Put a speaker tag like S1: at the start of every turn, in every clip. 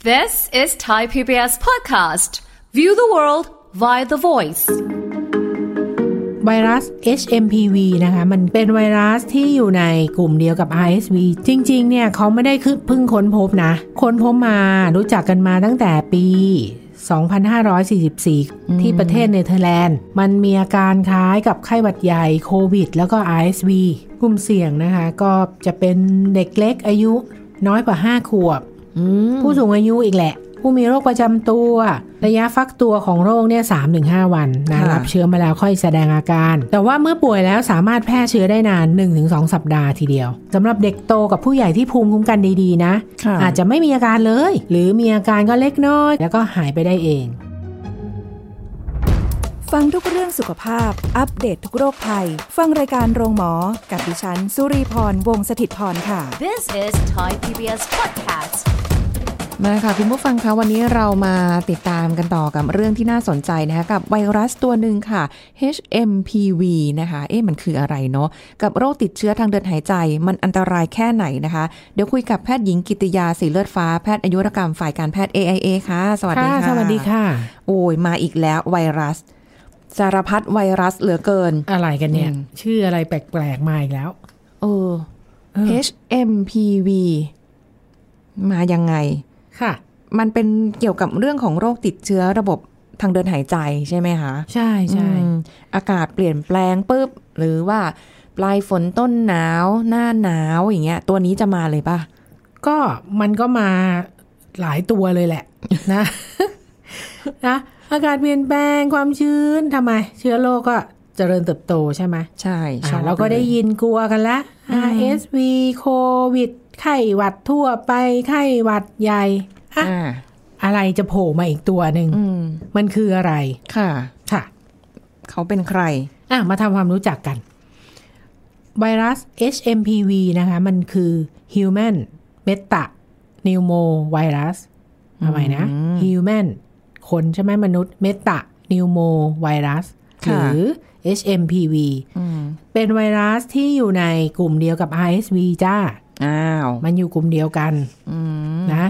S1: This is Thai PBS podcast. View the world via the voice.
S2: ไวรัส HMPV นะคะมันเป็นไวรัสที่อยู่ในกลุ่มเดียวกับ RSV จริง ๆ เนี่ยเขาไม่ได้คือเพิ่งค้นพบนะ ค้นพบมารู้จักกันมาตั้งแต่ปี 2544 ที่ประเทศเนเธอร์แลนด์ มันมีอาการคล้ายกับไข้หวัดใหญ่โควิด แล้วก็ RSV กลุ่มเสี่ยงนะคะ ก็จะเป็นเด็กเล็กอายุน้อยกว่า 5 ขวบ ผู้สูงอายุอีกแหละ ผู้มีโรคประจำตัว ระยะฟักตัวของโรคเนี่ยสามถึงห้าวันนะ
S3: ค่ะ
S2: รับเชื้อมาแล้วค่อยแสดงอาการ แต่ว่าเมื่อป่วยแล้วสามารถแพร่เชื้อได้นาน 1-2 สัปดาห์ทีเดียวสำหรับเด็กโตกับผู้ใหญ่ที่ภูมิคุ้มกันดีๆ นะ
S3: ค่ะ
S2: อาจจะไม่มีอาการเลย หรือมีอาการก็เล็กน้อย แล้วก็หายไปได้เอง
S4: ฟังทุกเรื่องสุขภาพ อัปเดตททุกโรคภัย ฟังรายการโรงหมอ กับดิฉัน สุรีพร วงศิตพรค่ะ
S1: This is Thai PBS podcast.
S3: มาค่ะคุณผู้ฟังคะวันนี้เรามาติดตามกันต่อกับเรื่องที่น่าสนใจนะคะกับไวรัสตัวหนึ่งค่ะ HMPV นะคะเอ๊ะมันคืออะไรเนาะกับโรคติดเชื้อทางเดินหายใจ มันอันตรายแค่ไหนนะคะ เดี๋ยวคุยกับแพทย์หญิงกิติยาสีเลือดฟ้าแพทย์อายุรกรรมฝ่ายการแพทย์ AIA ค่ะ สวัสดีค่ะ
S2: สวัสดีค่ะ
S3: โอ้ยมาอีกแล้วไวรัส สารพัดไวรัสเหลือเกิน
S2: อะไรกันเนี่ย
S3: อืม
S2: ชื่ออะไรแปลกๆมาอีกแล้ว
S3: เออ
S2: เออ
S3: HMPV มายังไง
S2: ค่ะ
S3: มันเป็นเกี่ยวกับเรื่องของโรคติดเชื้อระบบทางเดินหายใจใช่ไหมคะ
S2: ใช่ใช่
S3: อืมอากาศเปลี่ยนแปลงปุ๊บ หรือว่าปลายฝนต้นหนาว หน้าหนาวอย่างเงี้ย ตัวนี้จะมาเลยป่ะ
S2: ก็มันก็มาหลายตัวเลยแหละ นะ นะอากาศเปลี่ยนแปลงความชื้นทำไม เชื้อโรคก็เจริญเติบโตใช่ไหม
S3: ใช่
S2: อ่า
S3: ชอบ
S2: เราก็ได้
S3: ล
S2: ยินกลัวกันละ RSV โควิด ไข้หวัดทั่วไปไข้หวัดใหญ่อะ
S3: อ่า
S2: อะไรจะโผล่มาอีกตัวหนึ่ง
S3: อืม
S2: มันคืออะไร
S3: ค่ะ
S2: ค่ะ
S3: เขาเป็นใคร
S2: อ่ะมาทำความรู้จักกัน ไวรัส HMPV นะคะ มันคือ Human Beta Pneumovirus ทำไมนะ
S3: อืม
S2: Human คนใช่ไหมมนุษย์ Beta Pneumovirus ห
S3: ค่ะ
S2: รือ HMPV
S3: อืม
S2: เป็นไวรัสที่อยู่ในกลุ่มเดียวกับ RSV จ้า
S3: อ้าว
S2: มันอยู่กลุ่มเดียวกัน
S3: อืม
S2: นะ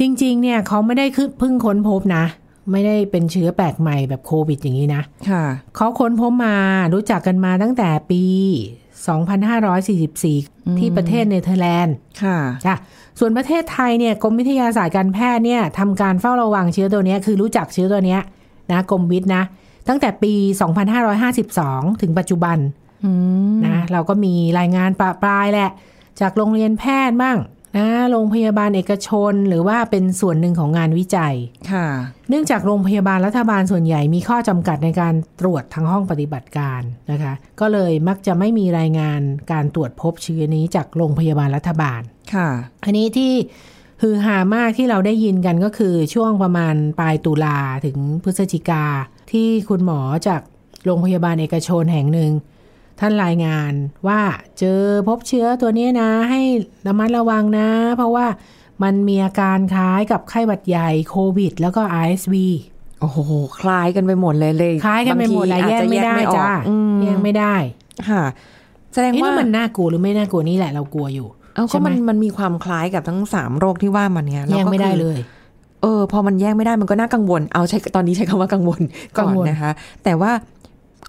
S2: จริง ๆ เนี่ยเขาไม่ได้คือเพิ่งค้นพบนะ ไม่ได้เป็นเชื้อแปลกใหม่แบบโควิดอย่างนี้นะ
S3: ค่ะ
S2: เขาค้นพบมารู้จักกันมาตั้งแต่ปี 2544 ที่ประเทศเนเธอร์แลนด์
S3: ค่ะ
S2: จ้ะส่วนประเทศไทยเนี่ยกรมวิทยาศาสตร์การแพทย์เนี่ยทำการเฝ้าระวังเชื้อตัวเนี้ยคือรู้จักเชื้อตัวเนี้ยนะกรมวิทย์นะ ตั้งแต่ปี 2552 ถึงปัจจุบัน
S3: อืม
S2: นะเราก็มีรายงานประปรายแหละ จากโรงเรียนแพทย์บ้างนะโรงพยาบาลเอกชนหรือว่าเป็นส่วนหนึ่งของงานวิจัย
S3: ค่ะ
S2: เนื่องจากโรงพยาบาลรัฐบาลส่วนใหญ่มีข้อจำกัดในการตรวจทางห้องปฏิบัติการนะคะ ก็เลยมักจะไม่มีรายงานการตรวจพบเชื้อนี้จากโรงพยาบาลรัฐบาล
S3: ค่ะ
S2: อันนี้ที่ฮือฮามากที่เราได้ยินกันก็คือช่วงประมาณปลายตุลาถึงพฤศจิกา ที่คุณหมอจากโรงพยาบาลเอกชนแห่งหนึ่ง ท่านรายงานว่าเจอพบเชื้อตัวเนี้ยนะ ให้ระมัดระวังนะ เพราะว่ามันมีอาการคล้ายกับไข้หวัดใหญ่โควิด แล้วก็ RSV
S3: โอ้โห คล้ายกันไปหมดเลยเลย
S2: คล้ายกันไปหมดแหละ
S3: บาง
S2: แยก
S3: ทีอาะ
S2: ไม่ได้
S3: ออก
S2: จ้า
S3: อืม
S2: แยกไม่ได้
S3: ค่ะ แสดง
S2: เอ๊ะ
S3: ว่า
S2: แล้วมันน่ากลัวหรือไม่น่ากลัวนี่แหละเรากลัวอยู่
S3: เอาก็
S2: ใช่ไหม
S3: มันมันมีความคล้ายกับทั้งสามโรคที่ว่ามันเนี่ย
S2: แย
S3: ล้
S2: ก
S3: ว
S2: ไม่ได้
S3: คือ
S2: เลย
S3: เออ พอมันแยกไม่ได้มันก็น่ากังวล เอาใช้ตอนนี้ใช้คำว่ากังวล
S2: กั
S3: ก่อง น
S2: วล
S3: นะคะ แต่ว่า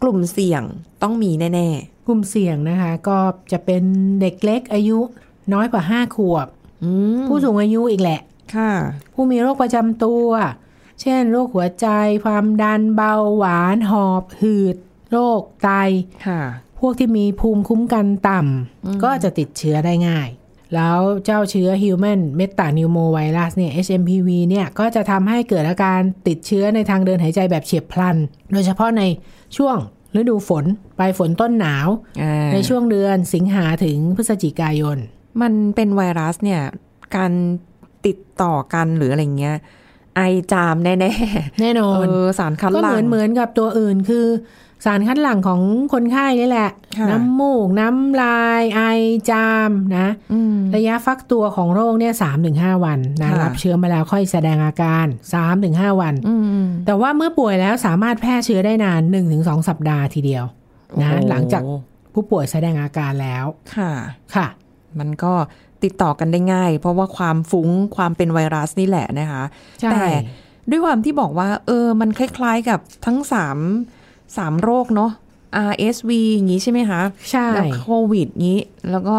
S3: กลุ่มเสี่ยงต้องมีแน่
S2: กลุ่มเสี่ยงนะคะก็จะเป็นเด็กเล็กอายุน้อยกว่า 5 ขวบ
S3: ๆอืม
S2: ผู้สูงอายุอีกแหละ
S3: ค่ะ
S2: ผู้มีโรคประจำตัว เช่นโรคหัวใจ ความดันเบาหวาน หอบ หืด โรคไต
S3: ค่ะ
S2: พวกที่มีภูมิคุ้มกันต่ำก็จะติดเชื้อได้ง่าย แล้วเจ้าเชื้อ Human Metapneumovirus เนี่ย HMPV เนี่ยก็จะทำให้เกิดอาการติดเชื้อในทางเดินหายใจแบบเฉียบพลัน โดยเฉพาะในช่วงฤดูฝนปลายฝนต้นหนาว
S3: อ่า
S2: ในช่วงเดือนสิงหาถึงพฤศจิกายน
S3: มันเป็นไวรัสเนี่ย การติดต่อกันหรืออะไรเงี้ย ไอจามแน่
S2: แน่น
S3: ๆ
S2: อน
S3: เออสารคัด
S2: ก็
S3: ห
S2: เห
S3: ลั่
S2: มื
S3: ง
S2: อนเหมือนกับตัวอื่นคือ สารคัดหลั่งของคนไข้นี่แหละ
S3: ค่ะ
S2: น้ำมูก น้ำลาย ไอจามนะ
S3: อืม
S2: ระยะฟักตัวของโรคเนี่ยสามถึงห้าวันนะ
S3: ค่ะ
S2: รับเชื้อมาแล้วค่อยแสดงอาการสามถึงห้าวัน
S3: อืม
S2: แต่ว่าเมื่อป่วยแล้วสามารถแพร่เชื้อได้นานหนึ่งถึงสองสัปดาห์ทีเดียวนะ
S3: โอ้โ
S2: หลังจากผู้ป่วยแสดงอาการแล้ว
S3: ค่ะ
S2: ค่ะ
S3: มันก็ ติดต่อกันได้ง่าย เพราะว่าความฟุ้งความเป็นไวรัสนี่แหละนะคะ
S2: ใช่
S3: แต่ด้วยความที่บอกว่าเออมันคล้ายๆกับทั้งสามสามโรคเนาะ RSV อย่างนี้ใช่ไหมคะ
S2: ใช่
S3: แล้วโควิดงี้ แล้วก็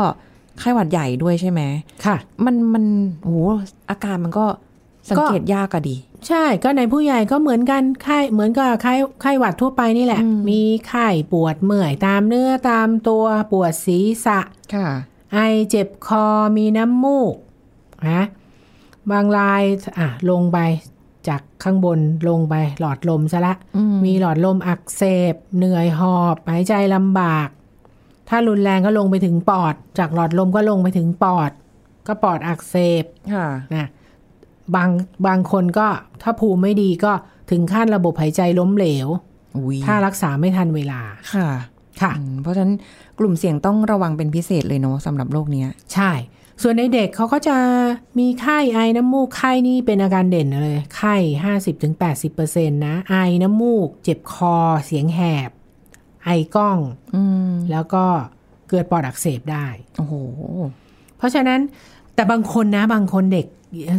S3: ไข้หวัดใหญ่ด้วยใช่ไหม
S2: ค่ะ
S3: มันมันโอ้โหอาการมันก็สังเกตยากอะดี
S2: ใช่ก็ในผู้ใหญ่ก็เหมือนกันไข้เหมือนกับไข้ไข้หวัดทั่วไปนี่แหละ
S3: อืม
S2: มีไข้ปวดเมื่อยตามเนื้อตามตัวปวดศีรษะ
S3: ค่ะ
S2: ไอเจ็บคอมีน้ำมูกนะบางรายอ่ะลงไปจากข้างบนลงไปหลอดลมซะละ
S3: อืม
S2: มีหลอดลมอักเสบ เหนื่อยหอบหายใจลำบาก ถ้ารุนแรงก็ลงไปถึงปอด จากหลอดลมก็ลงไปถึงปอด ก็ปอดอักเสบ
S3: ค่ะ
S2: นะบางบางคนก็ถ้าภูมิไม่ดีก็ถึงขั้นระบบหายใจล้มเหลว
S3: อุ๊ย
S2: ถ้ารักษาไม่ทันเวลา
S3: ค่ะ
S2: ค่ะ
S3: อืมเพราะฉะนั้นกลุ่มเสี่ยงต้องระวังเป็นพิเศษเลยเนาะสำหรับโรคเนี้ย
S2: ใช่ ส่วนในเด็กเขาก็จะมีไข้ไอน้ำมูกไข้นี่เป็นอาการเด่นเลย ไข้ห้าสิบถึงแปดสิบเปอร์เซ็นต์นะ ไอน้ำมูก เจ็บคอ เสียงแหบ ไอกล้อง
S3: อืม
S2: แล้วก็เกิดปอดอักเสบได้
S3: โอ้โห
S2: เพราะฉะนั้นแต่บางคนนะบางคนเด็ก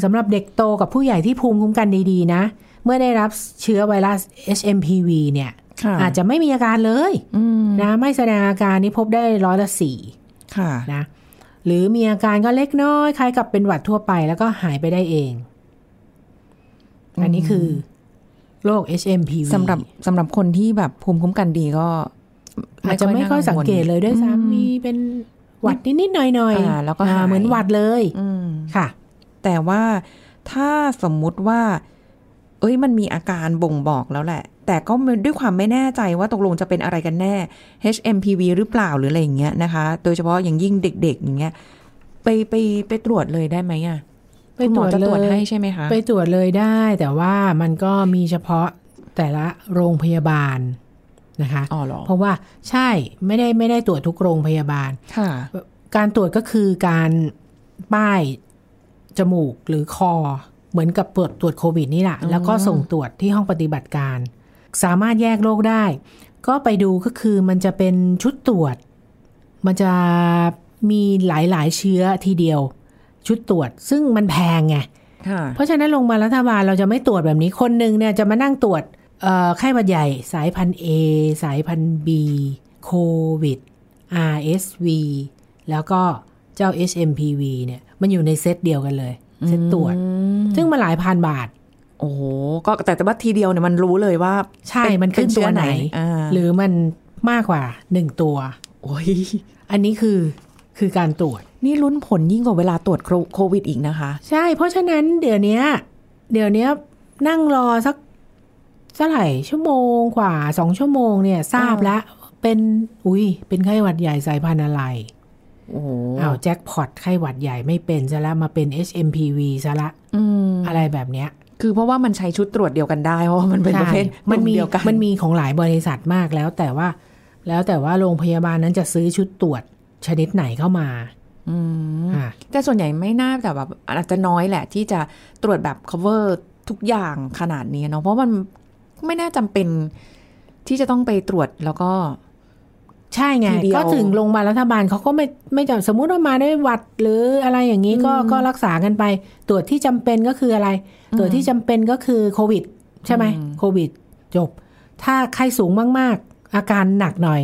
S2: สำหรับเด็กโตกับผู้ใหญ่ที่ภูมิคุ้มกันดี ๆ นะ เมื่อได้รับเชื้อไวรัส HMPV เนี่ย
S3: ค่ะ
S2: อาจจะไม่มีอาการเลย
S3: อืม
S2: นะไม่แสดงอาการนี้พบได้ร้อยละสี่
S3: ค่ะ
S2: นะหรือมีอาการก็เล็กน้อยคล้ายกับเป็นหวัดทั่วไปแล้วก็หายไปได้เอง อันนี้คือโรค HMPV
S3: สำหรับสำหรับคนที่แบบภูมิคุ้มกันดีก็
S2: อาจจะไม่ค่อยสังเกตเลยด้วยซ้ำ
S3: อื
S2: มี
S3: ม
S2: เป็นหวัดนิดๆหน่อย
S3: อ่าแล้วก็หาย
S2: อ่เหมือนหวัดเลย
S3: อืม
S2: ค่ะ
S3: แต่ว่าถ้าสมมุติว่า เอ้ยมันมีอาการบ่งบอกแล้วแหละ แต่ก็ไม่ด้วยความไม่แน่ใจว่าตกลงจะเป็นอะไรกันแน่ HMPV หรือเปล่าหรืออะไรอย่างเงี้ยนะคะ โดยเฉพาะอย่างยิ่งเด็ก ๆ อย่างเงี้ย ไปไปไปตรวจเลยได้ไหมอ่ะ
S2: ไปตรวจ
S3: คุณหมอจะตรวจ
S2: เลย
S3: ให้ใช่ไหมคะ
S2: ไปตรวจเลยได้แต่ว่ามันก็มีเฉพาะแต่ละโรงพยาบาลนะคะ
S3: อ๋อเหรอ
S2: เพราะว่าใช่ไม่ได้ไม่ได้ตรวจทุกโรงพยาบาล
S3: ค่ะ
S2: การตรวจก็คือการป้ายจมูกหรือคอ เหมือนกับตรวจตรวจโควิดนี่แหละ
S3: อ๋อ
S2: แล้วก็ส่งตรวจที่ห้องปฏิบัติการ สามารถแยกโรคได้ ก็ไปดูก็คือมันจะเป็นชุดตรวจ มันจะมีหลายๆ เชื้อทีเดียว ชุดตรวจซึ่งมันแพงไง
S3: ค่ะ
S2: เพราะฉะนั้นโรงพยาบาลรัฐบาลเราจะไม่ตรวจแบบนี้คนหนึ่งเนี่ยจะมานั่งตรวจเอ่อไข้หวัดใหญ่สายพันธุ์ A สายพันธุ์ B โควิด RSV แล้วก็เจ้า HMPV เนี่ยมันอยู่ในเซตเดียวกันเลย เซตตรวจ ซึ่งมันหลายพันบาท
S3: โอ้โหก็แต่แต่ว่าทีเดียวเนี่ยมันรู้เลยว่า
S2: ใช่
S3: เป็
S2: มันขึ้นตั
S3: เป็เชื้
S2: ว
S3: อ
S2: ไหน
S3: อ่า
S2: หรือมันมากกว่าหนึ่งตัว
S3: โอ้ย
S2: อันนี้คือคือการตรวจ
S3: นี่ลุ้นผลยิ่งกว่าเวลาตรวจโควิดอีกนะคะ
S2: ใช่ เพราะฉะนั้นเดี๋ยวเนี้ย เดี๋ยวเนี้ยนั่งรอสักเท่าไหร่ชั่วโมงกว่าสองชั่วโมงเนี่ย ทราบแล้ว เป็นอุ้ยเป็นไข้หวัดใหญ่สายพันธุ์อะไร
S3: โอ้โห
S2: อ้าวแจ็คพอตไข้หวัดใหญ่ไม่เป็นซะละมาเป็น HMPV ซะละ
S3: อืม
S2: อะไรแบบเนี้ย
S3: คือเพราะว่ามันใช้ชุดตรวจเดียวกันได้ เพราะว่ามันเป็นประเภท
S2: ใช่มันมี
S3: กลุ่เดียวกัน
S2: มันมีของหลายบริษัทมากแล้วแต่ว่า แล้วแต่ว่าโรงพยาบาลนั้นจะซื้อชุดตรวจชนิดไหนเข้ามา
S3: อืม
S2: อ่า
S3: แต่ส่วนใหญ่ไม่น่าแต่แบบอาจจะน้อยแหละ ที่จะตรวจแบบ cover ทุกอย่างขนาดนี้เนาะเพราะมันไม่น่าจำเป็นที่จะต้องไปตรวจแล้วก็
S2: ใช่ไง
S3: ทีเดียว
S2: ก็ถึงโรงพยาบาลรัฐบาลเขาก็ไม่ไม่จำสมมุติว่ามาด้วยหวัดหรืออะไรอย่างนี้ก็
S3: อืม
S2: ก็รักษากันไป ตรวจที่จำเป็นก็คืออะไร ตรวจที่จำเป็นก็คือโควิด ใช่ไหมโควิด จบ ถ้าไข้สูงมาก ๆ อาการหนักหน่อย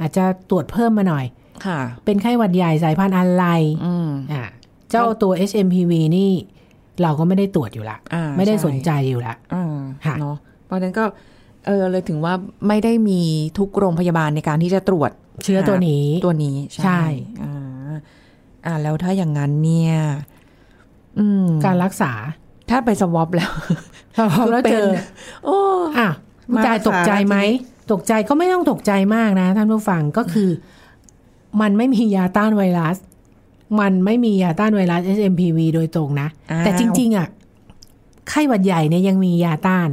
S2: อาจจะตรวจเพิ่มมาหน่อย
S3: ค่ะ
S2: เป็นไข้หวัดใหญ่สายพันธุ์อะไร
S3: อืม
S2: อ่าเจ้าตัว HMPV นี่ เราก็ไม่ได้ตรวจอยู่ละ
S3: อ่า
S2: ไม่ได้สน
S3: ช่
S2: ใจอยู่ละ
S3: อ่า
S2: ค่ะ
S3: เนาะเพราะฉะนั้นก็เออเลยถึงว่าไม่ได้มีทุกโรงพยาบาลในการที่จะตรวจ
S2: เชื้อตัวนี้
S3: ตัวนี้
S2: ใช่
S3: อ่าอ่าแล้วถ้าอย่างนั้นเนี่ย อืม
S2: การรัก ษา
S3: ถ้าไปสวอปแล้ว
S2: แล้วเจอ
S3: โอ้
S2: อ่ะ
S3: มา
S2: จ่ายตกใจไหม ตกใจก็ไม่ต้องตกใจมากนะท่านผู้ฟังก็คือ มันไม่มียาต้านไวรัส มันไม่มียาต้านไวรัส SMPV โดยตรงนะ
S3: อ้าว
S2: แต่จริง ๆ อ่ะ ไข้หวัดใหญ่เนี่ยยังมียาต้าน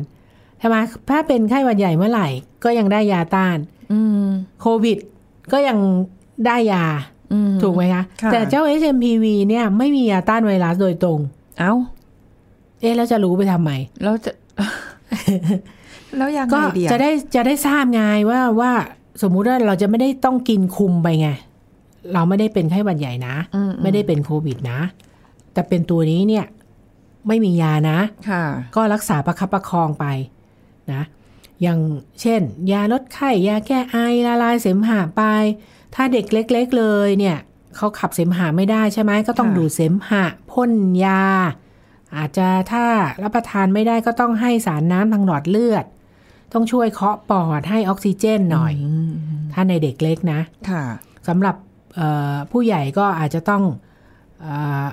S2: ใช่ไหมถ้าเป็นไข้หวัดใหญ่เมื่อไหร่ ก็ยังได้ยาต้าน
S3: อืม
S2: โควิด ก็ยังได้ยา
S3: อืม
S2: ถูกไหมคะ
S3: ค่ะ
S2: แต่เจ้า SMPV เนี่ยไม่มียาต้านไวรัสโดยตรง
S3: เอ้า
S2: เอ๊ะแล้วจะ รู้ไปทำไม
S3: แล้วจะ แล้วยัง
S2: ก็
S3: ไงดีอ
S2: จะได้จะได้ทราบไงว่าว่าสมมุติว่าเราจะไม่ได้ต้องกินคุมไปไง เราไม่ได้เป็นไข้หวัดใหญ่นะ
S3: อืม
S2: ไม่ได้เป็นโควิดนะ แต่เป็นตัวนี้เนี่ยไม่มียานะ
S3: ค่ะ
S2: ก็รักษาประคับประคองไปนะอย่างเช่น ยาลดไข้ยาแก้ไอละลายเสมหะไป ถ้าเด็กเล็ก ๆ เลยเนี่ยเขาขับเสมหะไม่ได้ใช่ไหมก็ต้อง
S3: ค่ะ
S2: ดูดเสมหะพ่นยา อาจจะถ้ารับประทานไม่ได้ก็ต้องให้สารน้ำทางหลอดเลือด ต้องช่วยเคาะปอดให้ออกซิเจนหน่อย
S3: ม
S2: ถ้าในเด็กเล็กนะ
S3: ค่ะ
S2: สำหรับเอ่อผู้ใหญ่ก็อาจจะต้องเออ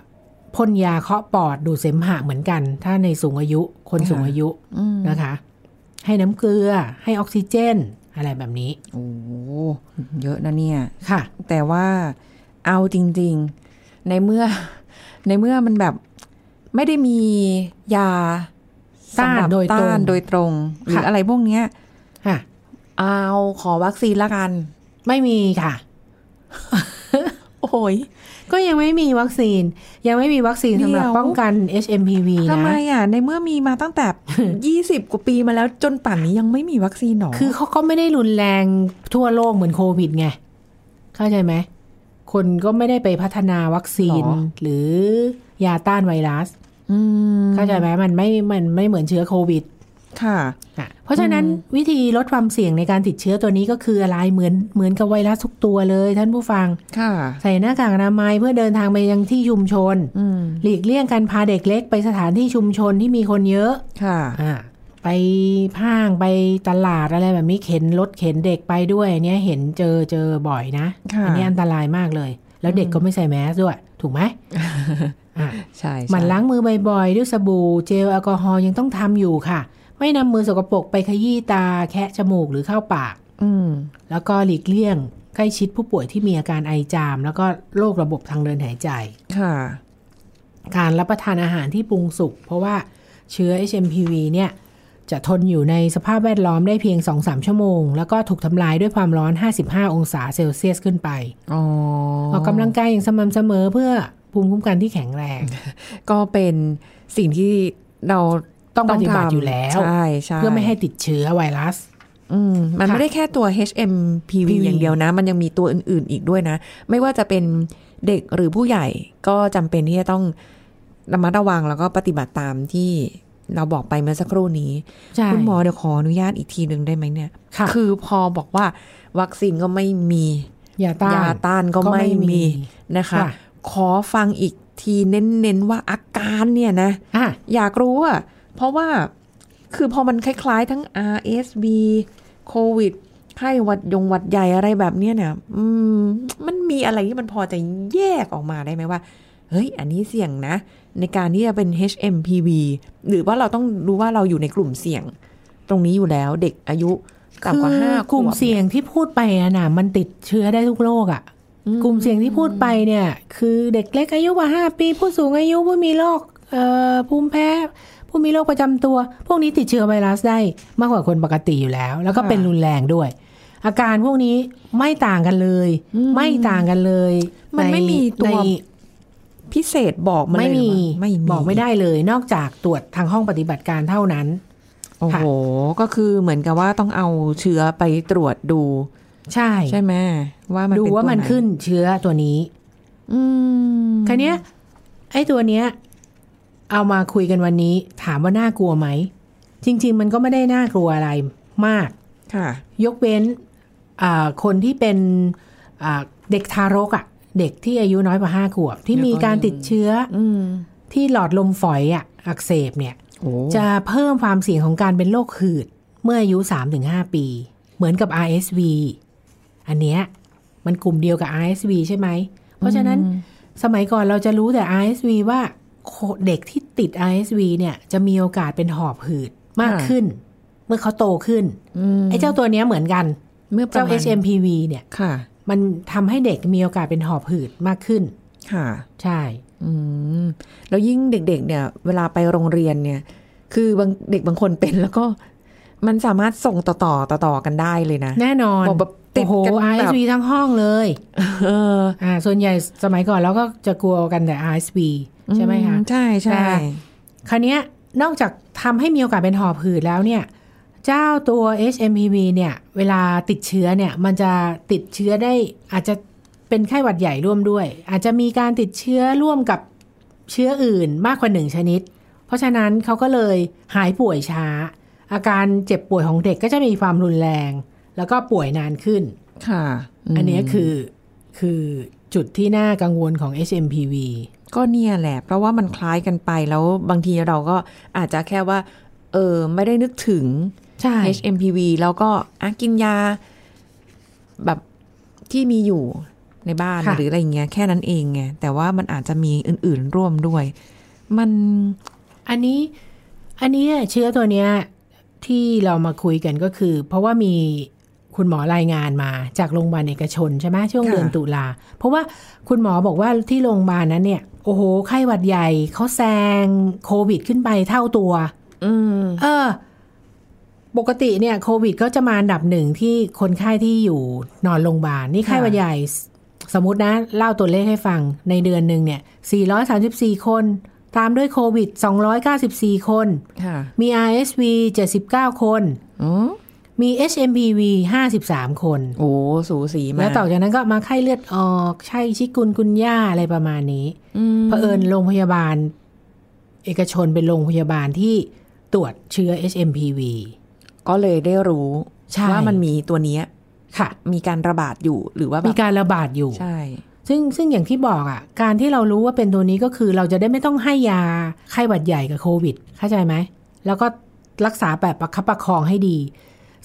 S2: พ่นยาเคาะปอดดูดเสมหะเหมือนกัน ถ้าในสูงอายุคน
S3: ค่ะ
S2: สูงอายุ
S3: อืม
S2: นะคะ ให้น้ำเกลือให้ออกซิเจน อะไรแบบนี้
S3: โอ้โหเยอะนะเนี่ย
S2: ค่ะ
S3: แต่ว่าเอาจริง ๆ ในเมื่อ ในเมื่อมันแบบไม่ได้มียา
S2: ต้าน
S3: สำหรับ
S2: โดยตรง
S3: ต้านโดยตรง หรือ
S2: ค่ะ
S3: อะไรพวกเนี้ย
S2: ค่ะ
S3: เอาขอวัคซีนละกัน
S2: ไม่มีค่ะ
S3: โอ้ย
S2: ก็ยังไม่มีวัคซีน ยังไม่มีวัคซีนสำหรับ
S3: เดี๋ยว
S2: ป้องกัน HMPV
S3: ทำไม
S2: นะ
S3: อ่ะ ในเมื่อมีมาตั้ง แต่ 20 กว่าปีมาแล้วจนป่านนี้ยังไม่มีวัคซีนหรอ
S2: คือเขาก็ไม่ได้รุนแรงทั่วโลกเหมือนโควิดไง เข้าใจไหม คนก็ไม่ได้ไปพัฒนาวัคซีน หรือยาต้านไวรัส
S3: ม
S2: เข้าใจไหมมันไม่ มันไม่เหมือนเชื้อโควิด
S3: ค่ะ
S2: อ่ะเพราะฉะนั้นวิธีลดความเสี่ยงในการติดเชื้อตัวนี้ก็คืออะไรเหมือนเหมือนกับไวรัสทุกตัวเลยท่านผู้ฟัง
S3: ค่ะ
S2: ใส่หน้ากากอนามัยเพื่อเดินทางไปยังที่ชุมชน
S3: อืม
S2: หลีกเลี่ยงการพาเด็กเล็กไปสถานที่ชุมชนที่มีคนเยอะ
S3: ค่ะ
S2: อ่ะไปห้างไปตลาดอะไรแบบนี้เข็นรถเข็นเด็กไปด้วยอันเนี้ยเห็นเจอเจอบ่อยนะ
S3: ค่ะ
S2: อันี้อันตรายมากเลย แล้วเด็กก็ไม่ใส่แมสด้วย ถูกไหมอ่ะ
S3: ใช่
S2: หมั่นล้างมือบ่อยๆ ด้วยสบู่เจลแอลกอฮอล์ยังต้องทำอยู่ค่ะ ไม่นำมือสกปรกไปขยี้ตา แคะจมูกหรือเข้าปาก
S3: อืม
S2: แล้วก็หลีกเลี่ยงใกล้ชิดผู้ป่วยที่มีอาการไอจาม แล้วก็โรคระบบทางเดินหายใจ
S3: ค่ะ
S2: การรับประทานอาหารที่ปรุงสุก เพราะว่าเชื้อ HMPV เนี่ยจะทนอยู่ในสภาพแวดล้อมได้เพียง 2-3 ชั่วโมง แล้วก็ถูกทำลายด้วยความร้อน 55 องศาเซลเซียสขึ้นไป
S3: อ๋อ
S2: ออกกำลังกายอย่างสม่ำเสมอเพื่อภูมิคุ้มกันที่แข็งแรง
S3: ก็เป็นสิ่งที่เรา
S2: ต้องปฏิบัติ
S3: ทำ
S2: อยู่แล้ว
S3: ใช่ใช่
S2: เพื่อไม่ให้ติดเชื้อไวรัส
S3: อืมมัน
S2: ค่ะ
S3: ไม่ได้แค่ตัว HMPV
S2: อืม
S3: อย่างเดียวนะ มันยังมีตัวอื่น ๆ อีกด้วยนะ ไม่ว่าจะเป็นเด็กหรือผู้ใหญ่ก็จำเป็นที่จะต้องระมัดระวังแล้วก็ปฏิบัติตามที่เราบอกไปเมื่อสักครู่นี้
S2: ใช่
S3: คุณหมอเดี๋ยวขออนุญาตอีกทีหนึ่งได้ไหมเนี่ย
S2: ค่ะ
S3: คือพอบอกว่าวัคซีนก็ไม่มี
S2: ยาต้าน
S3: ยาต้านก็
S2: ก็ไม่
S3: ไม่
S2: มี
S3: มีนะคะ
S2: ค่ะ
S3: ขอฟังอีกทีเน้นๆว่าอาการเนี่ยนะ
S2: อ่ะ
S3: อยากรู้อะเพราะว่าคือพอมันคล้ายๆ ทั้ง RSV โควิดไข้หวัดยงหวัดใหญ่อะไรแบบเนี้ยเนี่ย อืม มันมีอะไรที่มันพอจะแยกออกมาได้ไหมว่า เฮ้ย อันนี้เสี่ยงนะ ในการที่จะเป็น HMPV หรือว่าเราต้องรู้ว่าเราอยู่ในกลุ่มเสี่ยง ตรงนี้อยู่แล้วเด็กอายุต่ำกว่า
S2: คือ
S3: ห้าขวบ
S2: กลุ่มเสี่ยงที่พูดไปอะนะมันติดเชื้อได้ทุกโรคอะ
S3: อืม
S2: กลุ่มเสี่ยงที่พูดไปเนี่ย คือเด็กเล็กอายุกว่าห้าปี ผู้สูงอายุผู้มีโรคเอ่อภูมิแพ้ ผู้มีโรคประจำตัว พวกนี้ติดเชื้อไวรัสได้มากกว่าคนปกติอยู่แล้ว แล้วก็เป็นรุนแรงด้วย อาการพวกนี้ไม่ต่างกันเลย ไม่ต่างกันเลย
S3: มันไม่
S2: ใ
S3: มีตัว
S2: ใน
S3: พิเศษบอกมาเลย
S2: ไม่
S3: หรือ
S2: มี
S3: เป
S2: บ
S3: ล่าไม่มี
S2: อกไม่ได้เลย นอกจากตรวจทางห้องปฏิบัติการเท่านั้น
S3: โอ้
S2: ค่ะ
S3: โห ก็คือเหมือนกับว่าต้องเอาเชื้อไปตรวจดู
S2: ใช่
S3: ใช่ไหมว่ามัน
S2: ดู
S3: เป็
S2: ว่ามัน
S3: ตัไห
S2: ขึ้นเชื้อตัวนี้
S3: อืม
S2: คันนี้ยไอ้ตัวเนี้ย เอามาคุยกันวันนี้ ถามว่าน่ากลัวไหม จริง ๆ มันก็ไม่ได้น่ากลัวอะไรมาก
S3: ค่ะ
S2: ยกเว้นอ่าคนที่เป็นอ่าเด็กทารกอะ่ะ เด็กที่อายุน้อยกว่าห้าขวบ ที่
S3: แล้วก็
S2: มีการ
S3: ยัง
S2: ติดเชื้อ
S3: อืม
S2: ที่หลอดลมฝอยอะ่ะ อักเสบเนี่ย
S3: โอ้
S2: จะเพิ่มความเสี่ยงของการเป็นโรคหืด เมื่ออายุ 3-5 ปี เหมือนกับ RSV อันเนี้ยมันกลุ่มเดียวกับ RSV ใช่ไหม เพราะฉะนั้นสมัยก่อนเราจะรู้แต่ RSV ว่าโคเด็กที่ติด RSV เนี่ยจะมีโอกาสเป็นหอบหืดมากขึ้น เมื่อเขาโตขึ้น
S3: อืม
S2: ไอ้เจ้าตัวเนี้ยเหมือนกัน
S3: เมื่อประ
S2: เจ้า
S3: มาณ
S2: HMPV เนี่ย
S3: ค่ะ
S2: มันทำให้เด็กมีโอกาสเป็นหอบหืดมากขึ้น
S3: ค่ะ
S2: ใช่
S3: อืมแล้วยิ่งเด็ก ๆ เนี่ย เวลาไปโรงเรียนเนี่ย คือบางเด็กบางคนเป็นแล้วก็ มันสามารถส่งต่อต่อต่อต่อกันได้เลยนะ
S2: แน่นอน
S3: บอกแบบติด
S2: โอ้โห
S3: กันแบบ
S2: RSV ทั้งห้องเลย
S3: เออ
S2: อ่าส่วนใหญ่สมัยก่อนเราก็จะกลัวกันแต่ RSV ใช่ไหมคะ
S3: ใช่ใช่
S2: แต่ คราวเนี้ยนอกจากทำให้มีโอกาสเป็นหอบหืดแล้วเนี่ย เจ้าตัว HMPV เนี่ย เวลาติดเชื้อเนี่ย มันจะติดเชื้อได้อาจจะ เป็นไข้หวัดใหญ่ร่วมด้วย อาจจะมีการติดเชื้อร่วมกับเชื้ออื่นมากกว่าหนึ่งชนิด เพราะฉะนั้นเขาก็เลยหายป่วยช้า อาการเจ็บป่วยของเด็กก็จะมีความรุนแรง แล้วก็ป่วยนานขึ้น
S3: ค่ะม
S2: อันเนี้ยคือคือจุดที่น่ากังวลของ HMPV
S3: ก็เนี่ยแหละ เพราะว่ามันคล้ายกันไปแล้วบางทีเราก็อาจจะแค่ว่า เออไม่ได้นึกถึง
S2: ใช่
S3: HMPV แล้วก็อ่ะกินยา แบบที่มีอยู่ในบ้าน
S2: ค่ะ
S3: หรืออะไรอย่างเงี้ยแค่นั้นเองไงแต่ว่ามันอาจจะมีอื่น ๆ ร่วมด้วย มัน
S2: อันนี้อันเนี้ยเชื้อตัวเนี้ยที่เรามาคุยกันก็คือ เพราะว่ามีคุณหมอรายงานมาจากโรงพยาบาลเอกชนใช่ไหมช่วงเดือนตุลาเพราะว่าคุณหมอบอกว่าที่โรงพยาบาลนั้นเนี่ยโอ้โหไข้หวัดใหญ่เขาแซงโควิดขึ้นไปเท่าตัว
S3: อืม
S2: เออ ปกติเนี่ยโควิดก็จะมาอันดับหนึ่งที่คนไข้ที่อยู่นอนโรงพยาบาลนี่
S3: ค่ะ
S2: ไข้หวัดใหญ่สสมมตินะ เล่าตัวเลขให้ฟังในเดือนหนึ่งเนี่ย 434 คน ตามด้วยโควิด 294 คน
S3: ค่ะ
S2: มี RSV 79 คน
S3: อืม
S2: มี HMPV 53 คน
S3: โอ้สูสีมาก
S2: แล้วต่อจากนั้นก็มาไข้เลือดออกใช่ชิกุนกุนย่าอะไรประมาณนี้
S3: ม
S2: เผอิญโรงพยาบาล เอกชนเป็นโรงพยาบาลที่ตรวจเชื้อ HMPV
S3: ก็เลยได้รู้
S2: ใช่
S3: ว่ามันมีตัวเนี้ย
S2: ค่ะ
S3: มีการระบาดอยู่หรือว่าแบ
S2: มี
S3: บ
S2: การระบาดอยู่
S3: ใช่
S2: ซึ่งซึ่งอย่างที่บอกอ่ะ การที่เรารู้ว่าเป็นตัวนี้ก็คือเราจะได้ไม่ต้องให้ยาไข้หวัดใหญ่กับโควิด เข้าใจไหม แล้วก็รักษาแบบประคับประคองให้ดี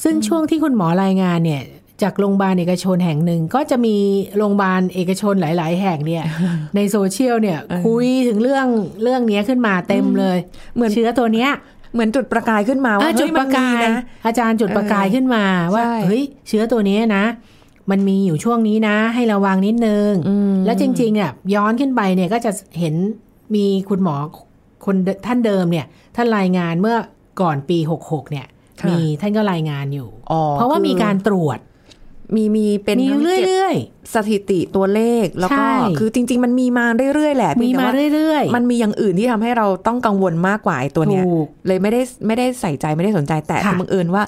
S2: ซึ่งช่วงที่คุณหมอรายงานเนี่ย จากโรงพยาบาลเอกชนแห่งหนึ่งก็จะมีโรงพยาบาลเอกชนหลาย ๆ แห่ง เนี่ย ในโซเชียลเนี่ย
S3: เออ
S2: คุยถึงเรื่องเรื่องเนี้ยขึ้นมาเต็มเลย
S3: เหมือน
S2: เชื้อตัวเนี้ย
S3: เหมือนจุดประกายขึ้นมาว่า
S2: อ่ะจุด
S3: เฮ้ย
S2: ป
S3: มั
S2: ระ
S3: นมี
S2: กาย
S3: นะ
S2: อาจารย์จุดประกายขึ้นมาว่า
S3: ใช่
S2: เฮ้ยเชื้อตัวนี้นะ มันมีอยู่ช่วงนี้นะ ให้ระวังนิดนึง
S3: อืม
S2: แล้วจริงๆอ่ะย้อนขึ้นไปเนี่ยก็จะเห็นมีคุณหมอคนเดิท่านเดิมเนี่ย ท่านรายงานเมื่อก่อนปี 66 เนี่ย
S3: ค่ะ
S2: มีท่านก็รายงานอยู่
S3: อ๋อ
S2: เพราะว่ามีการตรวจ
S3: มีมีเป็น
S2: มี
S3: ทั้ง
S2: เ
S3: เก็บ
S2: รื่อย
S3: สถิติตัวเลขแล้วก็
S2: ใช่
S3: คือจริง ๆ มันมีมาเรื่อยๆแหละ
S2: ๆ มี
S3: พียงแต่
S2: มา
S3: ว่
S2: เรื่อยๆ
S3: มันมีอย่างอื่นที่ทำให้เราต้องกังวลมากกว่าไอ้ตัวเนี้ย
S2: ถูก
S3: เลยไม่ได้ไม่ได้ใส่ใจไม่ได้สนใจแต่
S2: ค่ะ
S3: คือบังเอิญว่า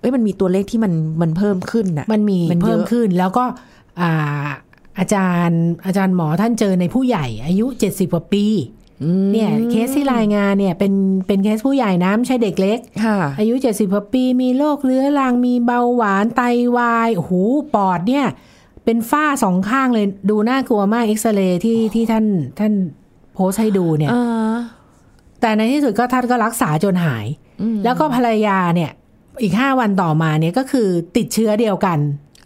S3: เอ้ยมันมีตัวเลขที่มันมันเพิ่มขึ้นน่ะ
S2: มันมี
S3: มันเยอะ
S2: เพิ่มขึ้นแล้วก็อ่าอาจารย์อาจารย์หมอท่านเจอในผู้ใหญ่ อายุ 70กว่าปี
S3: อืม
S2: เนี่ยเคสที่รายงานเนี่ยเป็นเป็นเคสผู้ใหญ่นะไม่ใช่เด็กเล็ก
S3: ค่ะ
S2: อายุ 70กว่าปีมีโรคเรื้อรังมีเบาหวานไตวายโอ้โหปอดเนี่ย เป็นฝ้าสองข้างเลยดูน่ากลัวมากเอ็กซเรย์ที่ที่ท่านท่านโพสต์ให้ดูเนี่ย
S3: เออ
S2: แต่ในที่สุดก็ท่านก็รักษาจนหาย
S3: อืม
S2: แล้วก็ภรรยาเนี่ยอีก 5 วันต่อมาเนี่ยก็คือติดเชื้อเดียวกัน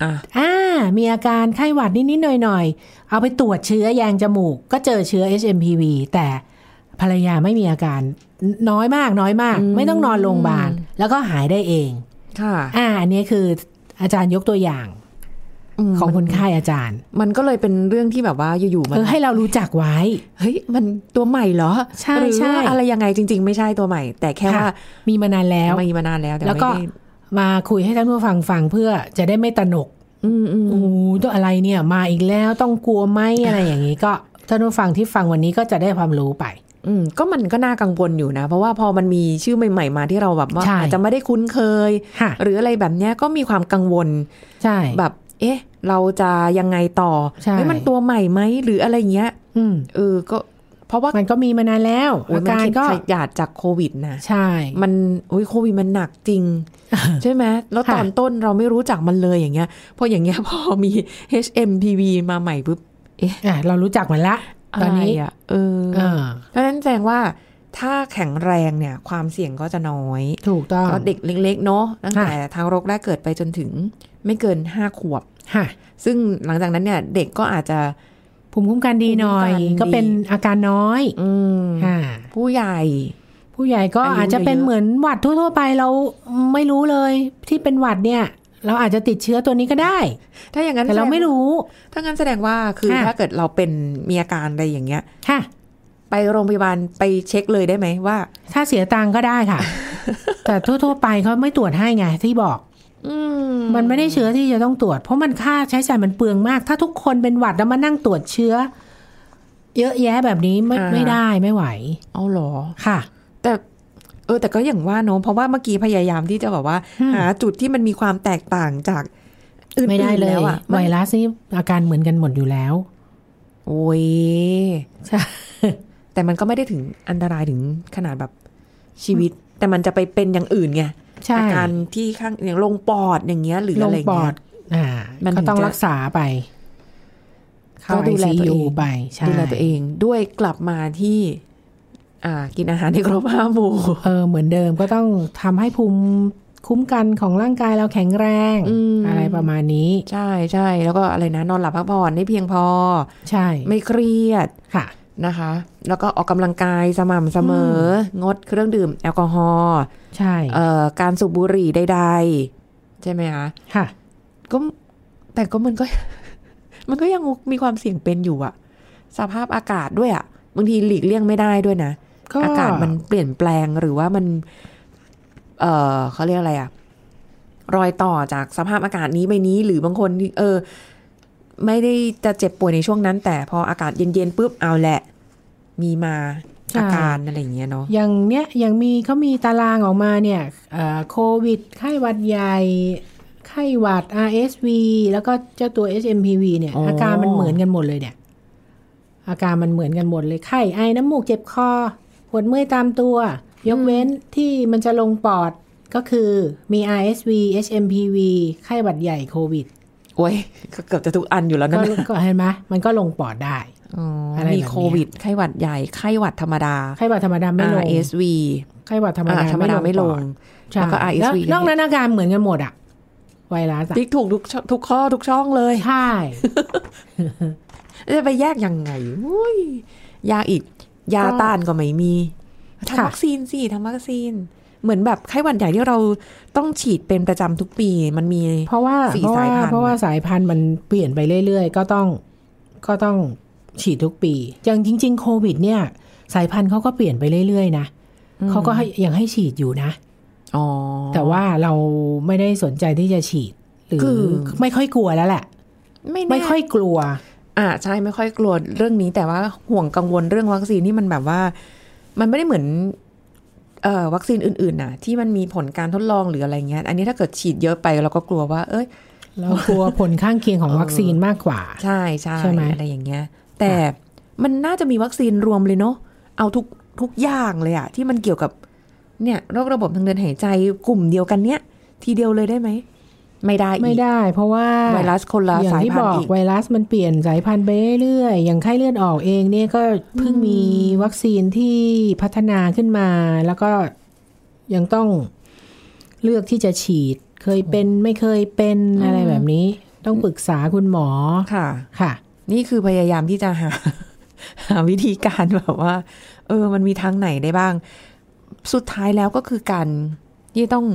S3: อ่ะ
S2: อ่ามีอาการไข้หวัดนิดๆหน่อยๆ เอาไปตรวจเชื้อแยงจมูก ก็เจอเชื้อ HMPV แต่ภรรยาไม่มีอาการนน้อยมากน้อยมาก ไม่ต้องนอนโรงพยาบาล แล้วก็หายได้เอง
S3: ค่ะ
S2: อ่าอันนี้คืออาจารย์ยกตัวอย่าง
S3: ม
S2: ของคนไข้อาจารย์
S3: มันก็เลยเป็นเรื่องที่แบบว่าอยู่ๆมัน
S2: เออให้เรารู้จักไว้
S3: เฮ้ยมันตัวใหม่เหรอ
S2: ใช่
S3: หรือ
S2: ใช่
S3: ว่าอะไรยังไงจริง ๆ ไม่ใช่ตัวใหม่ แต่แค่ว่า
S2: ค่ะมีมานานแล้ว
S3: มีมานานแล้วแต่
S2: แล้วก็
S3: ไม่ได้
S2: มาคุยให้ท่านผู้ฟังฟังเพื่อจะได้ไม่ตระหนก
S3: อืมอืม
S2: โอ้โหตัวอะไรเนี่ย มาอีกแล้วต้องกลัวไหมอะไรอย่างนี้ ก็ท่านผู้ฟังที่ฟังวันนี้ก็จะได้ความรู้ไป
S3: อืมก็มันก็น่ากังวลอยู่นะ เพราะว่าพอมันมีชื่อใหม่ ๆ มาที่เราแบบว่า
S2: ใช่
S3: อาจจะไม่ได้คุ้นเคย
S2: ค่ะ
S3: หรืออะไรแบบเนี้ยก็มีความกังวล
S2: ใช่
S3: แบบ เอ๊ะ เราจะยังไงต่อ
S2: ใช่
S3: เฮ้ยมันตัวใหม่ไหม หรืออะไรเงี้ย
S2: อืม
S3: เออ ก็ เพราะว่า
S2: มันก็มีมานานแล้วอา
S3: โอ้ยมัน
S2: การ
S3: คิด
S2: ก็
S3: ขยาดจากโควิดนะ
S2: ใช่
S3: มัน โอ้ย โควิดมันหนักจริ ง ใช่ไหม แล้วตอน
S2: ค่ะ
S3: ต้นเราไม่รู้จักมันเลยอย่างเงี้ย พออย่างเงี้ย พอมี HMPV มาใหม่ปุ๊บ
S2: อ่ะเรารู้จักมันละ ตอนนี้
S3: ะไระเออ
S2: เออ
S3: เพราะฉะนั้นแสดงว่า ถ้าแข็งแรงเนี่ย ความเสี่ยงก็จะน้อย
S2: ถูกต้อง
S3: ก็เด็กเล็ก ๆ เนาะ ตั้ง
S2: ค่ะ
S3: แต่ทางรกแรกเกิดไปจนถึงไม่เกินห้าขวบ
S2: ค่ะ
S3: ซึ่งหลังจากนั้นเนี่ย เด็กก็อาจจะ
S2: ภูมิคุ้มกันดีหน่อย
S3: ภูมิคุ้มกันดี
S2: ก็เป็นอาการน้อย
S3: อืม
S2: ค่ะ
S3: ผู้ใหญ่
S2: ผู้ใหญ่ก็
S3: อายุ
S2: อาจจะเป็น
S3: เยอะๆ
S2: เหมือนหวัดทั่วๆไปเราไม่รู้เลย ที่เป็นหวัดเนี่ย เราอาจจะติดเชื้อตัวนี้ก็ได้
S3: ถ้าอย่างนั้น
S2: แต่เราไม่รู้
S3: ถ้างั้นแสดงว่าคือ
S2: ค่ะ
S3: ถ้าเกิดเราเป็นมีอาการอะไรอย่างเงี้ย
S2: ค่ะ
S3: ไปโรงพยาบาลไปเช็คเลยได้ไหมว่า
S2: ถ้าเสียตังค์ก็ได้ ค่ะ แต่ทั่วๆไปเขาไม่ตรวจให้ไงที่บอก
S3: อืม
S2: มันไม่ได้เชื้อที่จะต้องตรวจ เพราะมันค่าใช้จ่ายมันเปลืองมาก ถ้าทุกคนเป็นหวัดแล้วมานั่งตรวจเชื้อ เยอะแยะแบบนี้ไม่ไม่ได้ไม่ไหว
S3: เอาเหรอ
S2: ค่ะ
S3: แต่ เออ แต่ก็อย่างว่าเนอะเพราะว่าเมื่อกี้พยายามที่จะแบบว่า
S2: อืม
S3: หาจุดที่มันมีความแตกต่างจาก อื่นๆ
S2: ไม่ได้เลย
S3: แวอะ
S2: ไวรัสนี่อาการเหมือนกันหมดอยู่แล้ว
S3: โอ้ย
S2: ใช่
S3: แต่มันก็ไม่ได้ถึงอันตรายถึงขนาดแบบชีวิต แต่มันจะไปเป็นอย่างอื่นไง
S2: ใช่
S3: อาการที่ข้างอย่างลงปอดอย่างเงี้ยหรือ
S2: ล
S3: อะ
S2: ง
S3: ไรอย่าง
S2: ปอ
S3: เงี้
S2: ด
S3: ย
S2: อ่า
S3: มันถึ
S2: ก็
S3: ง
S2: ต้อง
S3: จะ
S2: รักษาไป เข้า
S3: ก็ดูแลตัวเอง
S2: ไไปใช่
S3: ดูแลตัวเองด้วยกลับมาที่ อ่า กินอาหารในครบห้าหมู่
S2: เออเหมือนเดิมก็ต้องทำให้ภูมิคุ้มกันของร่างกายเราแข็งแรง อะไรประมาณนี้
S3: ใช่ใช่แล้วก็อะไรนะนอนหลับพักผ่อนได้เพียงพอ
S2: ใช่
S3: ไม่เครียด
S2: ค่ะ
S3: นะคะ แล้วก็ออกกำลังกายสม่ำเสมอ งดเครื่องดื่มแอลกอฮอล์
S2: ใช่
S3: เอ่อการสูบบุหรี่ใดๆ ใช่ไหมคะ
S2: ค่ะ
S3: ก็แต่ก็มันก็ มันก็ยังมีความเสี่ยงเป็นอยู่อะสภาพอากาศด้วยอะบางทีหลีกเลี่ยงไม่ได้ด้วยนะ
S2: ก็
S3: อากาศมันเปลี่ยนแปลงหรือว่ามัน เออเขาเรียกอะไรอะรอยต่อจากสภาพอากาศนี้ไปนี้ หรือบางคนที่เออ ไม่ได้จะเจ็บป่วยในช่วงนั้น แต่พออากาศเย็นๆปุ๊บเอาแหละ มีมา
S2: ใช่
S3: อาการอะไรอย่างเงี้ยเนาะ
S2: อย่างเนี้ยอย่างมีเขามีตารางออกมาเนี่ยเอ่อโควิด ไข้หวัดใหญ่ ไข้หวัด RSV แล้วก็เจ้าตัว HMPV เนี่ยอาการมันเหมือนกันหมดเลยเนี่ย อาการมันเหมือนกันหมดเลยไข้ไอน้ำมูกเจ็บคอปวดเมื่อยตามตัว ยกเว้นที่มันจะลงปอดก็คือมี RSV HMPV ไข้หวัดใหญ่โควิด
S3: โอ้ยก็เกือบจะทุกอันอยู่แล้ว
S2: ก็
S3: นั่น
S2: ก็เห็นไหมมันก็ลงปอดได้ อะไรแบบเนี้
S3: มี
S2: ย
S3: โควิด ไข้หวัดใหญ่ ไข้หวัดธรรมดา
S2: ไข้หวัดธรรมดาไม่ลง
S3: RSV
S2: ไข้หวัดธรรมดา
S3: อ่าธรรมดาไม่ล
S2: ป
S3: ง
S2: อด
S3: แล้วก็ RSV
S2: แล้วนอกนั้นอาการเหมือนกันหมดอะไวรัสอะ
S3: ติ๊กถูกทุกช่องทุกข้อทุกช่องเลย
S2: ใช่
S3: จะไปแยกยังไงอุ้ยยาอีก ยา
S2: ก็
S3: ต้านก็ไม่มี
S2: ค่ะ
S3: ทำวัคซีนสิทำวัคซีน เหมือนแบบไข้หวัดใหญ่ที่เราต้องฉีดเป็นประจำทุกปีมันมี
S2: เพราะว่า
S3: สี่
S2: เพราะว่า
S3: สายพั
S2: เพราะว่าสายพัน
S3: นธุ์
S2: ธุ์มันเปลี่ยนไปเรื่อยๆ ก็ต้องก็ต้องฉีดทุกปีอย่างจริง ๆ โควิด เนี่ย สายพันธุ์เขาก็เปลี่ยนไปเรื่อยๆนะเขาก็ให้ยังให้ฉีดอยู่นะ
S3: อ๋อ
S2: แต่ว่าเราไม่ได้สนใจที่จะฉีด หรือ
S3: คือ
S2: ไม่ค่อยกลัวแล้วแหละ
S3: ไม่แน่
S2: ไม่ค่อยกลัว
S3: อ่าใช่ไม่ค่อยกลัวเรื่องนี้ แต่ว่าห่วงกังวลเรื่องวัคซีนที่มันแบบว่า มันไม่ได้เหมือนเอ่อวัคซีนอื่นๆน่ะ ที่มันมีผลการทดลองหรืออะไรเงี้ย อันนี้ถ้าเกิดฉีดเยอะไปเราก็กลัวว่าเอ้ย
S2: เรากลัวผลข้างเคียงของวัคซีนมากกว่า
S3: ใช่ใช่
S2: ใช่ไหม
S3: อะไรอย่างเงี้ย แต่มันน่าจะมีวัคซีนรวมเลยเนาะเอาทุกทุกอย่างเลยอะที่มันเกี่ยวกับ เนี่ยโรคระบบทางเดินหายใจกลุ่มเดียวกันเนี้ยทีเดียวเลยได้ไหมไม่ได้อี
S2: ไม่
S3: ก
S2: ได้ เพราะว่า
S3: ไวรัสคนละ
S2: อย่าง
S3: สาย
S2: ที่
S3: พัน
S2: บ
S3: ธุ์
S2: อก
S3: อีก
S2: ไวรัสมันเปลี่ยนสายพันธุ์ไปเรื่อยๆ อย่างไข้เลือดออกเองเนี่ยก็เพิ่งมีวัคซีนที่พัฒนาขึ้นมา แล้วก็ยังต้องเลือกที่จะฉีด เคยเป็นไม่เคยเป็นอะไรแบบนี้ ต้องปรึกษาคุณหมอ
S3: ค่ะ
S2: ค่ะ
S3: นี่คือพยายามที่จะหา หาวิธีการแบบว่า เออ มันมีทางไหนได้บ้าง สุดท้ายแล้วก็คือการที่ต้อง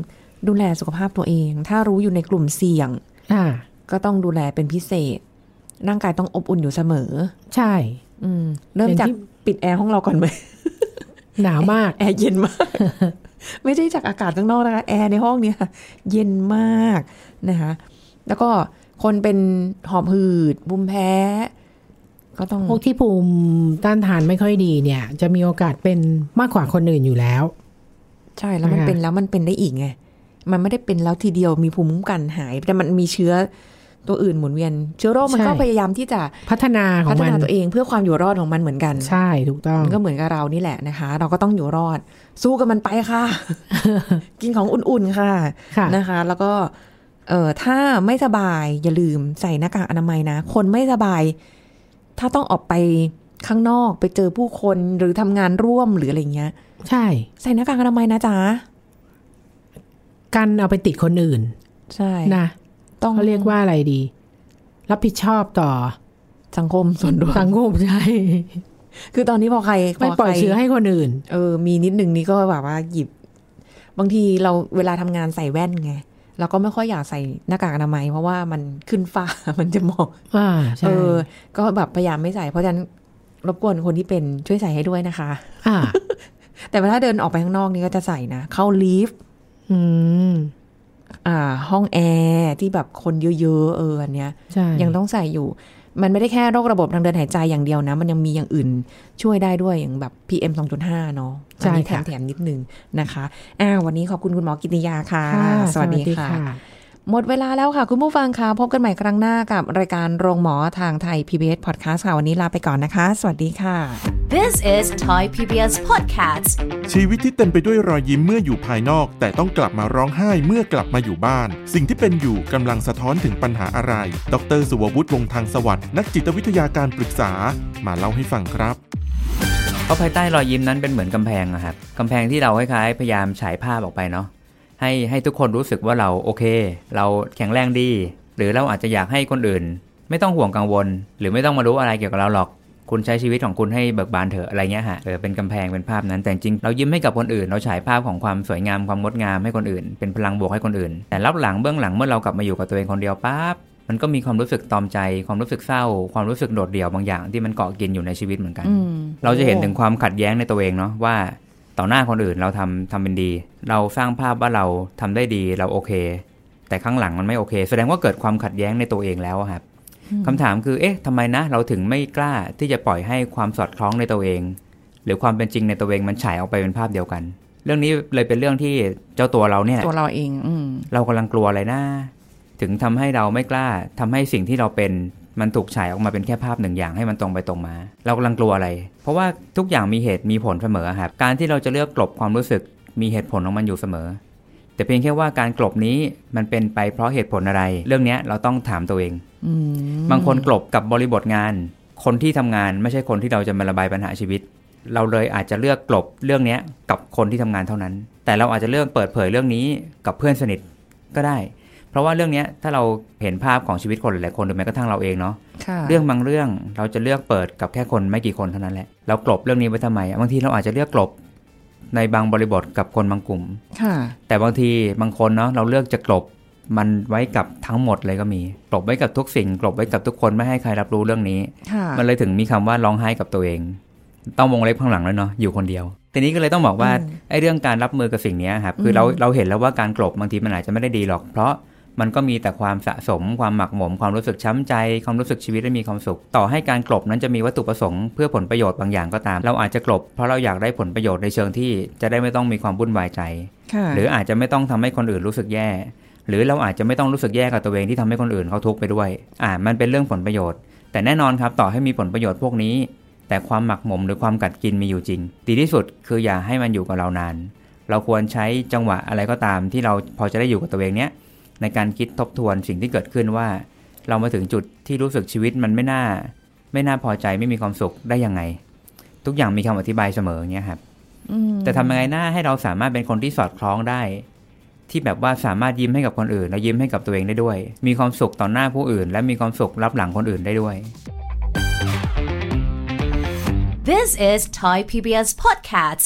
S3: ดูแลสุขภาพตัวเอง ถ้ารู้อยู่ในกลุ่มเสี่ยง
S2: อ่า
S3: ก็ต้องดูแลเป็นพิเศษ ร่างกายต้องอบอุ่นอยู่เสมอ
S2: ใช่
S3: อืมเริ่ม
S2: อย่าง
S3: จาก
S2: ที่
S3: ปิดแอร์ห้องเราก่อนไหม
S2: หนาวมาก
S3: แอร์เย็นมาก ไม่ใช่จากอากาศข้างนอกนะคะ แอร์ในห้องเนี่ย เย็นมากนะคะ แล้วก็คนเป็นหอบหืดบุมแพ้ ก็ต้อง
S2: พวกที่ภูมิต้านทานไม่ค่อยดีเนี่ย จะมีโอกาสเป็นมากกว่าคนอื่นอยู่แล้ว
S3: ใช่แล้วมัน
S2: นะคะ
S3: เป็นแล้วมันเป็นได้อีกไง มันไม่ได้เป็นแล้วทีเดียวมีภูมิคุ้มกันหาย แต่มันมีเชื้อตัวอื่นหมุนเวียน เชื้อโรคมันก็พยายามที่จะ
S2: พัฒนาขอ
S3: พั
S2: ง
S3: ฒ
S2: มัน
S3: นาตัวเองเพื่อความอยู่รอดของมันเหมือนกัน
S2: ใช่ถูกต้อง
S3: มันก็เหมือนกับเรานี่แหละนะคะ เราก็ต้องอยู่รอด สู้กับมันไป ค่ะ กินของอุ่นๆค่ะ
S2: ค่ะ
S3: นะคะ แล้วก็ เออถ้าไม่สบายอย่าลืมใส่หน้ากากอนามัยนะ คนไม่สบาย ถ้าต้องออกไปข้างนอกไปเจอผู้คนหรือทำงานร่วมหรืออะไรเงี้ย
S2: ใช่
S3: ใส่หน้ากากอนามัยนะจ๊ะ
S2: กันเอาไปติดคนอื่น
S3: ใช่
S2: นะ
S3: ต้อง
S2: เขาเรียกว่าอะไรดี รับผิดชอบต่อ
S3: สังคมส่วนรวม
S2: สังคมใช่
S3: คือตอนนี้พอใคร
S2: ไม่
S3: พใคร
S2: ปล่อยเชื้อให้คนอื่น
S3: เออ มีนิดนึงนี่ก็แบบว่าหยิบ บางทีเราเวลาทำงานใส่แว่นไงเราก็ไม่ค่อยอยากใส่หน้ากากอนามัย เพราะว่ามันขึ้นฟ้า มันจะมอง
S2: อ่า
S3: เอ
S2: ใช่
S3: อ ก็แบบพยายามไม่ใส่ เพราะฉะนั้นรบกวนคนที่เป็นช่วยใส่ให้ด้วยนะคะ
S2: อ่า
S3: แต่เวลาเดินออกไปข้างนอกนี่ก็จะใส่นะ เข้าลิฟต์
S2: อืม
S3: อ่า ห้องแอร์ที่แบบคนเยอะๆเอออันเนี้ย
S2: ใช่
S3: ยังต้องใส่อยู่ มันไม่ได้แค่โรคระบบทางเดินหายใจอย่างเดียวนะ มันยังมีอย่างอื่นช่วยได้ด้วยอย่างแบบ PM 2.5 เนาะอันนี้แถมแถมนิดนึงนะคะ อ่า วันนี้ขอบคุณคุณหมอกิติยาค่ะ
S2: ค่ะ
S3: สวัสดีค่ะ หมดเวลาแล้วค่ะ คุณผู้ฟังคะพบกันใหม่ครั้งหน้ากับรายการโรงหมอทางไทย PBS Podcast ค่ะ วันนี้ลาไปก่อนนะคะ สวัสดีค่ะ
S1: This is Thai PBS Podcast.
S5: ชีวิตที่เต็มไปด้วยรอยยิ้มเมื่ออยู่ภายนอก แต่ต้องกลับมาร้องไห้เมื่อกลับมาอยู่บ้าน สิ่งที่เป็นอยู่กำลังสะท้อนถึงปัญหาอะไร ดรสุวัวุฒิวงศ์ทางสวัสด์นักจิตวิทยาการปรึกษา มาเล่าให้ฟังครับ
S6: เพราะภายใต้รอยยิ้มนั้นเป็นเหมือนกำแพงอะครับกำแพงที่เราคล้ายๆพยายามฉายภาพออกไปเนาะให้ให้ทุกคนรู้สึกว่าเราโอเค เราแข็งแรงดี หรือเราอาจจะอยากให้คนอื่น ไม่ต้องห่วงกังวล หรือไม่ต้องมารู้อะไรเกี่ยวกับเราหรอก คุณใช้ชีวิตของคุณให้เบิกบานเถอะอะไรเงี้ยฮะเออเป็นกำแพงเป็นภาพนั้น แต่จริงเรายิ้มให้กับคนอื่น เราฉายภาพของความสวยงามความงดงามให้คนอื่น เป็นพลังบวกให้คนอื่น แต่รับหลังเบื้องหลังเมื่อเรากลับมาอยู่กับตัวเองคนเดียวปั๊บมันก็มีความรู้สึกตอมใจความรู้สึกเศร้า ความรู้สึกโดดเดี่ยวบางอย่างที่มันเกาะกินอยู่ในชีวิตเหมือนกัน
S3: อืม
S6: เราจะเห็นถึงความขัดแย้งในตัวเองเนาะว่าต่อหน้าคนอื่นเราทำทำเป็นดี เราสร้างภาพว่าเราทำได้ดีเราโอเค แต่ข้างหลังมันไม่โอเค แสดงว่าเกิดความขัดแย้งในตัวเองแล้วอะครับคำถามคือเอ๊ะทำไมนะ เราถึงไม่กล้าที่จะปล่อยให้ความสอดคล้องในตัวเอง หรือความเป็นจริงในตัวเองมันฉายออกไปเป็นภาพเดียวกัน เรื่องนี้เลยเป็นเรื่องที่เจ้าตัวเราเนี่ย
S3: ตัวเราเองอืม
S6: เรากำลังกลัวอะไรนะ ถึงทำให้เราไม่กล้าทำให้สิ่งที่เราเป็นมันถูกฉายออกมาเป็นแค่ภาพหนึ่งอย่างให้มันตรงไปตรงมา เรากำลังกลัวอะไร เพราะว่าทุกอย่างมีเหตุมีผลเสมอครับการที่เราจะเลือกกลบความรู้สึกมีเหตุผลของมันอยู่เสมอ แต่เพียงแค่ว่าการกลบนี้มันเป็นไปเพราะเหตุผลอะไร เรื่องเนี้ยเราต้องถามตัวเอง
S3: อืม
S6: บางคนกลบกับบริบทงาน คนที่ทำงานไม่ใช่คนที่เราจะมาระบายปัญหาชีวิต เราเลยอาจจะเลือกกลบเรื่องเนี้ยกับคนที่ทำงานเท่านั้น แต่เราอาจจะเลือกเปิดเผยเรื่องนี้กับเพื่อนสนิทก็ได้ เพราะว่าเรื่องเนี้ยถ้าเราเห็นภาพของชีวิตคนหลายๆคนหรือแม้กระทั่งเราเองเนาะ
S3: ค่ะ
S6: เรื่องบางเรื่องเราจะเลือกเปิดกับแค่คนไม่กี่คนเท่านั้นแหละ เรากลบเรื่องนี้ไว้ทำไม บางทีเราอาจจะเลือกกลบในบางบริบทกับคนบางกลุ่ม
S3: ค่ะ
S6: แต่บางทีบางคนเนาะเราเลือกจะกลบมันไว้กับทั้งหมดเลยก็มีกลบไว้กับทุกสิ่งกลบไว้กับทุกคนไม่ให้ใครรับรู้เรื่องนี้
S3: ค่ะ
S6: มันเลยถึงมีคำว่าร้องไห้กับตัวเอง ต้องวงเล็บข้างหลังแล้วเนาะอยู่คนเดียวทีนี้ก็เลยต้องบอกว่าไอ้เรื่องการรับมือกับสิ่งเนี้ยครับคือเราเราเห็นแล้วว่าการกลบบางทีมันอาจจะไม่ได้ดีหรอก เพราะมันก็มีแต่ความสะสม ความหมักหมม ความรู้สึกช้ำใจ ความรู้สึกชีวิตไม่มีความสุข ต่อให้การกลบนั้นจะมีวัตถุประสงค์เพื่อผลประโยชน์บางอย่างก็ตาม เราอาจจะกลบ เพราะเราอยากได้ผลประโยชน์ในเชิงที่จะได้ไม่ต้องมีความวุ่นวายใจ
S3: ค่ะ
S6: หรืออาจจะไม่ต้องทำให้คนอื่นรู้สึกแย่ หรือเราอาจจะไม่ต้องรู้สึกแย่กับตัวเองที่ทำให้คนอื่นเขาทุกข์ไปด้วย อ่า มันเป็นเรื่องผลประโยชน์ แต่แน่นอนครับ ต่อให้มีผลประโยชน์พวกนี้ แต่ความหมักหมมหรือความกัดกินมีอยู่จริง ดีที่สุดคืออย่าให้มันอยู่กับเรานาน เราควรใช้จังหวะอะไรก็ตามที่เราพอจะได้อยู่กับตัวเองเนี้ยในการคิดทบทวนสิ่งที่เกิดขึ้นว่า เรามาถึงจุดที่รู้สึกชีวิตมันไม่น่า ไม่น่าพอใจไม่มีความสุขได้ยังไง ทุกอย่างมีคำอธิบายเสมออย่างเงี้ยครับ
S3: อืม
S6: แต่ทำยังไงหน้าให้เราสามารถเป็นคนที่สอดคล้องได้ ที่แบบว่าสามารถยิ้มให้กับคนอื่น แล้วยิ้มให้กับตัวเองได้ด้วย มีความสุขต่อหน้าผู้อื่น และมีความสุขรับหลังคนอื่นได้ด้วย
S1: This is Thai PBS Podcast.